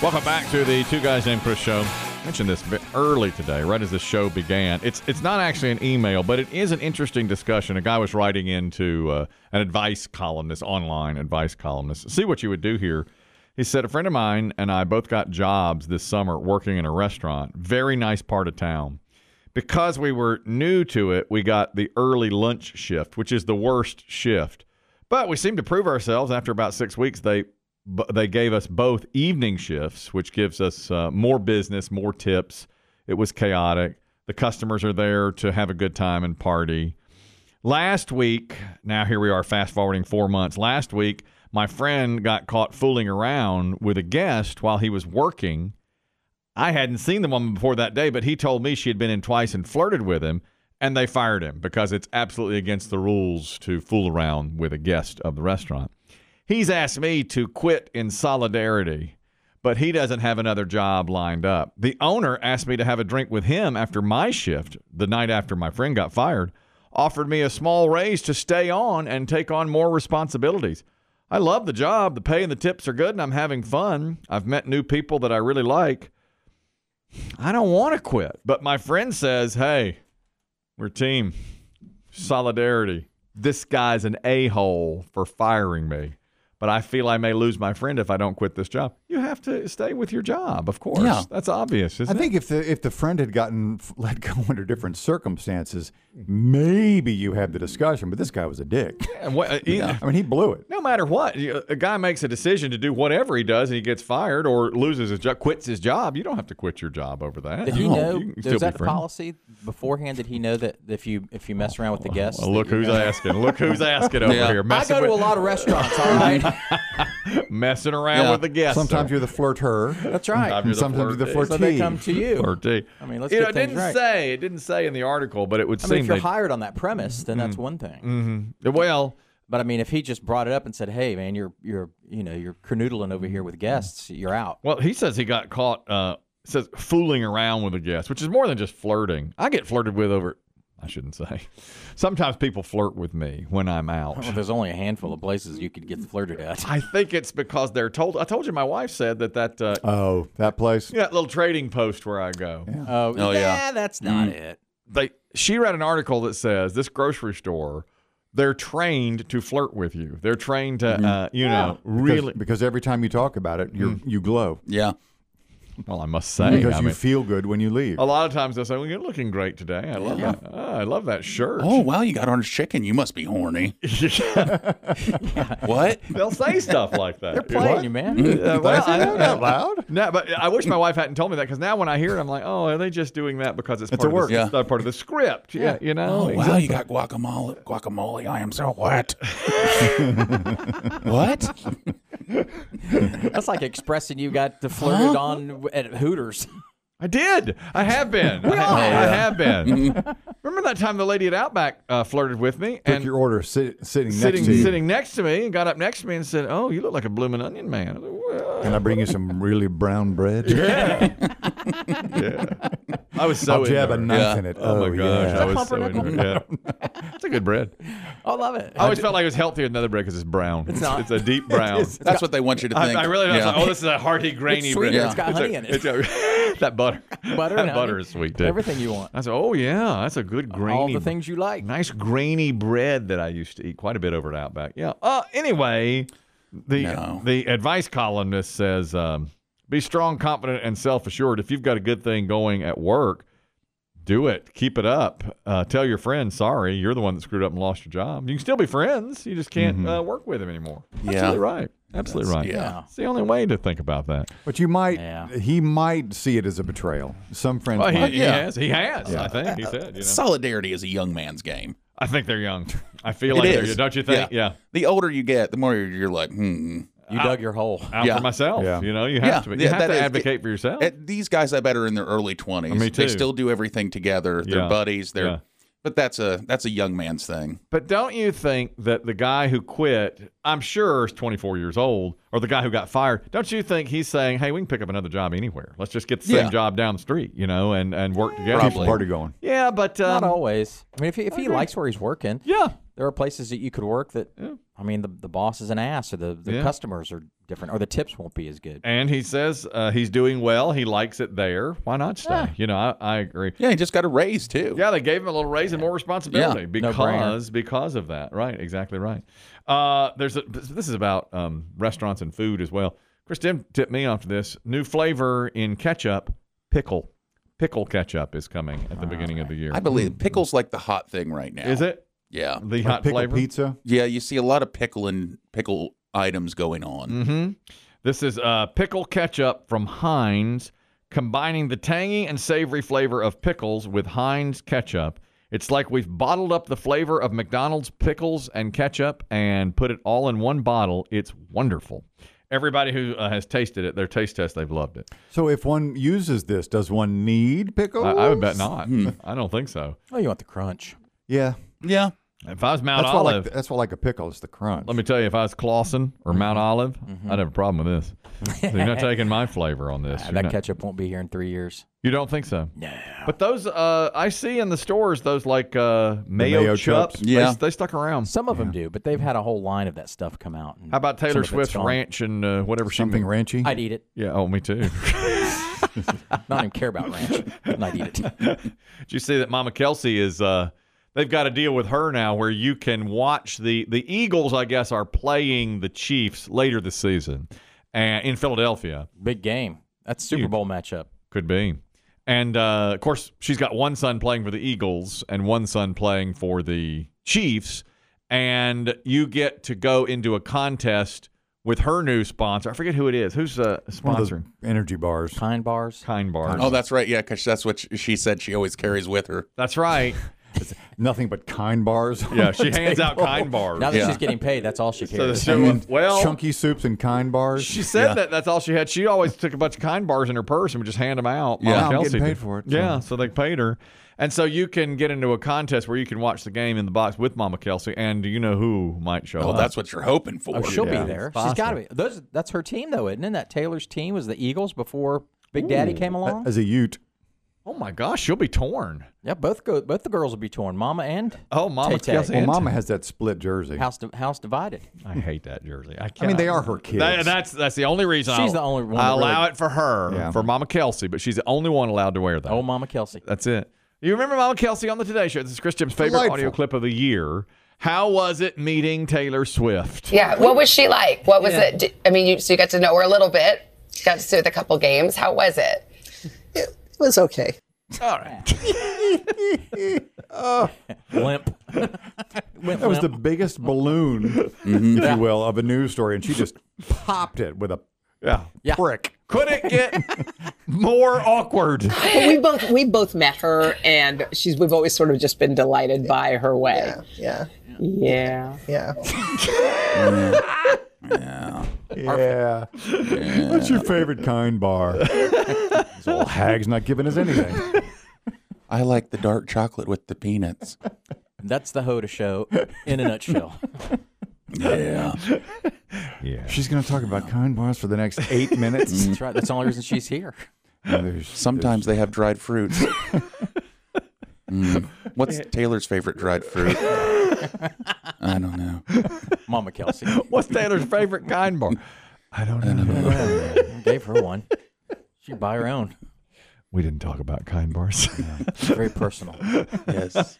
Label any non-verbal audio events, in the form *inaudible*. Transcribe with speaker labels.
Speaker 1: Welcome back to the Two Guys Named Chris show. I mentioned this bit early today, right as the show began. It's it's not actually an email, but it is an interesting discussion. A guy was writing into uh, an advice columnist, online advice columnist. See what you would do here. He said, A friend of mine and I both got jobs this summer working in a restaurant, very nice part of town. Because we were new to it, we got the early lunch shift, which is the worst shift. But we seemed to prove ourselves after about six weeks. They b- they gave us both evening shifts, which gives us uh, more business, more tips. It was chaotic. The customers are there to have a good time and party. Last week, now here we are, fast forwarding four months. Last week, my friend got caught fooling around with a guest while he was working. I hadn't seen the woman before that day, but he told me she had been in twice and flirted with him, and they fired him because it's absolutely against the rules to fool around with a guest of the restaurant. He's asked me to quit in solidarity, but he doesn't have another job lined up. The owner asked me to have a drink with him after my shift, the night after my friend got fired, offered me a small raise to stay on and take on more responsibilities. I love the job, the pay and the tips are good, and I'm having fun. I've met new people that I really like. I don't want to quit, but my friend says, hey, we're a team. Solidarity. This guy's an a hole for firing me, but I feel I may lose my friend if I don't quit this job. You have to stay with your job, of course.
Speaker 2: Yeah.
Speaker 1: That's obvious,
Speaker 2: I
Speaker 1: isn't
Speaker 2: think if the if the friend had gotten f- *laughs* let go under different circumstances, maybe you have the discussion. But this guy was
Speaker 1: *laughs*
Speaker 2: a dick.
Speaker 1: it? And what- uh, e-
Speaker 2: I mean, he blew it.
Speaker 1: No matter what, you- a guy makes a decision to do whatever he does and he gets fired or loses his job, quits his job. You don't have to quit your job over that.
Speaker 3: Did he
Speaker 2: No,
Speaker 3: know?
Speaker 1: you can still
Speaker 3: was
Speaker 1: be
Speaker 3: that the
Speaker 1: friends.
Speaker 3: policy beforehand? Did he know that if you if you mess around with the guests?
Speaker 1: Well, look
Speaker 3: that you-
Speaker 1: who's asking. Look who's
Speaker 3: *laughs*
Speaker 1: asking over
Speaker 4: Yeah.
Speaker 1: here.
Speaker 3: I
Speaker 1: Messing,
Speaker 3: go to a
Speaker 1: with,
Speaker 3: lot of
Speaker 1: *laughs*
Speaker 3: restaurants. All right,
Speaker 1: messing around
Speaker 4: Yeah.
Speaker 1: with the guests.
Speaker 2: Sometimes you're the flirter.
Speaker 3: that's right.
Speaker 1: You're the
Speaker 2: Sometimes you're the
Speaker 1: flirt-
Speaker 2: flirtee.
Speaker 3: So they come to you.
Speaker 1: or D.
Speaker 3: I mean, let's
Speaker 1: you know,
Speaker 3: get
Speaker 1: it
Speaker 3: things
Speaker 1: didn't
Speaker 3: right.
Speaker 1: say it didn't say in the article, but it would
Speaker 3: I
Speaker 1: seem
Speaker 3: mean, if you're
Speaker 1: they- Mm-hmm.
Speaker 3: hired on that premise, then that's one thing.
Speaker 1: well.
Speaker 3: But I mean, if he just brought it up and said, "Hey, man, you're you're you know you're canoodling over here with guests. You're out."
Speaker 1: Well, he says he got caught. Uh, says fooling around with a guest, which is more than just flirting. I get flirted with over. I shouldn't say. *laughs* Sometimes people flirt with me when I'm out.
Speaker 3: Well, there's only a handful of places you could get flirted at.
Speaker 1: *laughs* I think it's because they're told. I told you my wife said that that uh,
Speaker 2: Oh, that place.
Speaker 1: you know, that little trading post where I go.
Speaker 3: Oh,
Speaker 4: Oh, yeah.
Speaker 3: yeah, that's
Speaker 1: Mm.
Speaker 3: not it.
Speaker 1: They she read an article that says this grocery store. They're trained to flirt with you. They're trained to, uh, you know,
Speaker 2: Because-
Speaker 1: really.
Speaker 2: Because every time you talk about it, you you glow
Speaker 4: Yeah.
Speaker 1: Well, I must say,
Speaker 2: because
Speaker 1: I
Speaker 2: you
Speaker 1: mean- Oh,
Speaker 2: feel good when you leave.
Speaker 1: A lot of times they'll say, "Well, you're looking great today. I love that. Ah, I love that shirt."
Speaker 4: Oh wow, you got orange chicken. You must be
Speaker 1: *laughs*
Speaker 4: horny. What?
Speaker 1: They'll say stuff like that. They're
Speaker 3: Playing
Speaker 1: *laughs*
Speaker 3: you, man.
Speaker 1: Uh, well, I don't
Speaker 2: out
Speaker 1: know.
Speaker 2: loud.
Speaker 1: No, but I wish my wife hadn't told me that because now when I hear it, I'm like, "Oh, are they just doing that because it's,
Speaker 2: It's
Speaker 1: part
Speaker 2: a
Speaker 1: of the,
Speaker 4: work.
Speaker 1: it's not part of the script?" Yeah, you know.
Speaker 4: Oh wow, you got guacamole. Guacamole. I am so what? what?
Speaker 3: That's like expressing you got to flirted on w- at Hooters. *laughs*
Speaker 1: I did. I have been. I,
Speaker 3: all
Speaker 1: I have been. Remember that time the lady at Outback uh, flirted with me
Speaker 2: Took
Speaker 1: and
Speaker 2: your order sit,
Speaker 1: sitting
Speaker 2: sitting, next to you,
Speaker 1: sitting next to me and got up next to me and said, "Oh, you look like a blooming onion man." I was like, "Well."
Speaker 2: and I bring you some really brown bread.
Speaker 1: *laughs* I was so
Speaker 2: I'll jab a
Speaker 1: into her.
Speaker 2: knife
Speaker 4: Yeah.
Speaker 2: in it.
Speaker 1: Oh, my gosh,
Speaker 2: yeah.
Speaker 1: I was so into her.
Speaker 3: *laughs*
Speaker 1: Yeah. It's a good bread.
Speaker 3: I love it.
Speaker 1: I always felt like it was healthier than another bread because it's brown. It's,
Speaker 3: not.
Speaker 1: a
Speaker 3: *laughs*
Speaker 1: deep brown.
Speaker 4: That's what they want you to
Speaker 1: I,
Speaker 4: think.
Speaker 1: I really was
Speaker 4: yeah.
Speaker 1: like, oh, this is a hearty, grainy
Speaker 3: sweeter.
Speaker 1: bread.
Speaker 3: It's got honey in it.
Speaker 1: it's a- *laughs* that butter.
Speaker 3: Butter
Speaker 1: that
Speaker 3: and
Speaker 1: butter
Speaker 3: honey.
Speaker 1: is sweet, too.
Speaker 3: Everything you want.
Speaker 1: I said, oh, yeah, that's a good grainy.
Speaker 3: All the things you like.
Speaker 1: Nice grainy bread that I used to eat quite a bit over at Outback. Yeah. Uh, anyway, the
Speaker 4: No.
Speaker 1: the advice columnist says um, be strong, confident, and self assured. If you've got a good thing going at work, do it. Keep it up. Uh, tell your friend, sorry, you're the one that screwed up and lost your job. You can still be friends. You just can't uh, work with him anymore.
Speaker 4: Mm-hmm. Yeah.
Speaker 1: Absolutely right. Absolutely right.
Speaker 4: yeah.
Speaker 1: It's the only way to think about that.
Speaker 2: But you might,
Speaker 3: Yeah.
Speaker 2: he might see it as a betrayal. Some friends
Speaker 1: Well, he,
Speaker 2: might.
Speaker 1: he
Speaker 4: yeah.
Speaker 1: has. He has. I think he said. You know.
Speaker 4: *laughs* Solidarity is a young man's game.
Speaker 1: I think they're young. I feel
Speaker 4: It
Speaker 1: like they're
Speaker 4: is.
Speaker 1: young. Don't you think? Yeah.
Speaker 4: The older you get, the more you're, you're like, hmm.
Speaker 3: You dug your hole.
Speaker 1: Out Um,
Speaker 4: Yeah.
Speaker 1: for myself.
Speaker 2: Yeah.
Speaker 1: You know, you
Speaker 4: Yeah,
Speaker 1: have to. Be. You
Speaker 4: yeah,
Speaker 1: have
Speaker 4: that
Speaker 1: to
Speaker 4: is-
Speaker 1: advocate for yourself.
Speaker 4: At, these guys I bet are in their early twenties.
Speaker 1: Oh. Me
Speaker 4: They
Speaker 1: too.
Speaker 4: still do everything together. They're
Speaker 1: Yeah.
Speaker 4: buddies. They're.
Speaker 1: Yeah.
Speaker 4: But that's a that's a young man's thing.
Speaker 1: But don't you think that the guy who quit, I'm sure is 24 years old, or the guy who got fired, don't you think he's saying, hey, we can pick up another job anywhere? Let's just get the same
Speaker 4: Yeah.
Speaker 1: job down the street, you know, and, and work together.
Speaker 2: Keep the
Speaker 4: Probably.
Speaker 2: party going.
Speaker 1: Yeah, but um,
Speaker 3: Not always. I mean, if he, if he likes where he's working,
Speaker 1: oh, yeah,
Speaker 3: there are places that you could work that I mean, the, the boss is an ass, or the, the
Speaker 1: Yeah. Eh.
Speaker 3: customers are different, or the tips won't be as good.
Speaker 1: And he says uh, he's doing well. He likes it there. Why not stay? You know, I, I agree.
Speaker 4: Yeah, he just got a raise too.
Speaker 1: Yeah, they gave him a little raise and more responsibility
Speaker 4: Yeah,
Speaker 1: because
Speaker 3: no-brainer.
Speaker 1: because of that. Right, exactly right. Uh, there's a, this this is about um, restaurants and food as well. Chris Dim tipped me off to this new flavor in ketchup, pickle. Pickle ketchup is coming at the beginning of the year.
Speaker 4: I believe pickles like the hot thing right now.
Speaker 1: Mm. Is it
Speaker 4: Yeah,
Speaker 1: the
Speaker 2: Like
Speaker 1: hot
Speaker 2: pickle
Speaker 1: flavor?
Speaker 2: pizza.
Speaker 4: yeah. You see a lot of pickle and pickle items going on.
Speaker 1: Mm-hmm. This is uh, pickle ketchup from Heinz, combining the tangy and savory flavor of pickles with Heinz ketchup. It's like we've bottled up the flavor of McDonald's pickles and ketchup and put it all in one bottle. It's wonderful. Everybody who uh, has tasted it, their taste test, they've loved it.
Speaker 2: So if one uses this, does one need pickles?
Speaker 1: I, I would bet not.
Speaker 2: Hmm.
Speaker 1: I don't think so.
Speaker 3: Oh, you want the crunch?
Speaker 2: Yeah,
Speaker 4: Yeah,
Speaker 1: If I was Mount
Speaker 2: that's why I
Speaker 1: Olive,
Speaker 2: like. That's why I like a pickle. It's the crunch.
Speaker 1: let me tell you, if I was Clausen or Mount
Speaker 2: Mm-hmm.
Speaker 1: Olive, I'd have a problem with this.
Speaker 2: *laughs*
Speaker 1: So you're not taking my flavor on this.
Speaker 3: Ah,
Speaker 1: You're
Speaker 3: that
Speaker 1: not-
Speaker 3: ketchup won't be here in three years.
Speaker 1: you don't think so?
Speaker 3: No.
Speaker 1: But those uh, I see in the stores, those like uh, mayo,
Speaker 2: mayo
Speaker 1: chups,
Speaker 2: chups.
Speaker 1: they-
Speaker 4: Yeah.
Speaker 1: they, stuck around.
Speaker 3: Some of them do, but they've had a whole line of that stuff come out. and
Speaker 1: Mm. How about
Speaker 3: some
Speaker 1: Taylor
Speaker 3: of it's
Speaker 1: Swift's
Speaker 3: gone.
Speaker 1: ranch and uh, whatever
Speaker 2: Something
Speaker 1: she?
Speaker 2: ranchy.
Speaker 3: I'd eat it.
Speaker 1: Yeah, oh, me too.
Speaker 3: Not even care about ranch.
Speaker 1: *laughs*
Speaker 3: and I'd eat it.
Speaker 1: Did you see that Mama Kelsey is? Uh, they've got a deal with her now where you can watch the the Eagles. I guess are playing the Chiefs later this season, and in Philadelphia
Speaker 3: Big game. That's Super Bowl matchup.
Speaker 1: could be. And uh, of course, she's got one son playing for the Eagles and one son playing for the Chiefs. And you get to go into a contest with her new sponsor. I forget who it is. Who's uh,
Speaker 2: One of those
Speaker 1: sponsoring?
Speaker 2: energy bars.
Speaker 3: Kind bars.
Speaker 1: Kind Bars.
Speaker 4: Oh, that's right. Yeah, because that's what sh- she said she always carries with her.
Speaker 1: That's
Speaker 2: *laughs*
Speaker 1: right.
Speaker 2: Nothing but kind bars.
Speaker 1: Yeah, she hands out Kind Bars.
Speaker 3: Now that
Speaker 4: Yeah.
Speaker 3: she's getting paid, that's all she
Speaker 1: So the
Speaker 3: cares.
Speaker 1: show- well,
Speaker 2: chunky soups and kind bars.
Speaker 1: she said that that's all she had. She always took a bunch of Kind Bars in her purse and would just hand them out.
Speaker 4: Yeah.
Speaker 1: Mama
Speaker 2: Well, I'm
Speaker 1: Kelsey
Speaker 2: getting paid
Speaker 1: did.
Speaker 2: for it, so-
Speaker 1: Yeah, so they paid her. And so you can get into a contest where you can watch the game in the box with Mama Kelsey, and you know who might show
Speaker 4: Oh,
Speaker 1: up.
Speaker 4: that's what you're hoping for.
Speaker 3: oh, she'll
Speaker 2: Yeah.
Speaker 3: be there.
Speaker 1: It's
Speaker 3: She's got to be. Those, that's her team, though, isn't it? That Taylor's team was the Eagles before Big Daddy came along.
Speaker 2: as a Ute.
Speaker 1: Oh my gosh, she'll be torn.
Speaker 3: yeah, both go, both the girls will be torn. Mama and
Speaker 1: Oh, Mama
Speaker 3: Tay-Tay.
Speaker 1: Kelsey.
Speaker 2: Well, Mama has that split jersey.
Speaker 3: house di- house divided.
Speaker 1: I hate that jersey. I,
Speaker 2: I mean, they
Speaker 1: cannot-
Speaker 2: are her kids.
Speaker 1: That- that's that's the only reason. I'll-
Speaker 3: She's the only one
Speaker 1: I
Speaker 3: that really-
Speaker 1: allow it for her,
Speaker 2: Yeah.
Speaker 1: for Mama Kelsey, but she's the only one allowed to wear that.
Speaker 3: Oh, Mama Kelsey.
Speaker 1: That's it. You remember Mama Kelsey on the Today Show? This is Chris Jim's favorite
Speaker 2: Delightful.
Speaker 1: audio clip of the year. How was it meeting Taylor Swift?
Speaker 5: Yeah. What was she like? What was it? d- I mean, you, so you got to know her a little bit. You got to sit with a couple games. How was it?
Speaker 6: It was okay.
Speaker 1: All right.
Speaker 3: Limp.
Speaker 2: *laughs*
Speaker 3: Went
Speaker 2: That was the
Speaker 3: limp.
Speaker 1: *laughs*
Speaker 2: biggest balloon, if you will, of a news story, and she just popped it with a
Speaker 1: Yeah.
Speaker 2: prick.
Speaker 1: *laughs* Could it get more awkward?
Speaker 7: But we both we both met her, and she's we've always sort of just been delighted by her way.
Speaker 6: Yeah.
Speaker 7: Yeah.
Speaker 6: Yeah.
Speaker 2: Yeah. What's your favorite kind bar? this old hag's not giving us anything.
Speaker 4: I like the dark chocolate with the peanuts.
Speaker 3: That's the Hoda show in a nutshell.
Speaker 4: yeah.
Speaker 1: Yeah.
Speaker 2: She's going to talk about kind bars for the next eight minutes.
Speaker 3: That's right. That's the only reason she's here.
Speaker 2: And there's-
Speaker 4: Sometimes they have dried fruits. Mm. What's Taylor's favorite dried fruit? I don't know.
Speaker 3: Mama
Speaker 2: *laughs*
Speaker 3: Kelsey
Speaker 1: What's Taylor's favorite kind bar? I don't know.
Speaker 3: gave her one. She'd buy her own.
Speaker 1: *laughs* We didn't talk about kind bars.
Speaker 3: Very personal.
Speaker 4: Yes.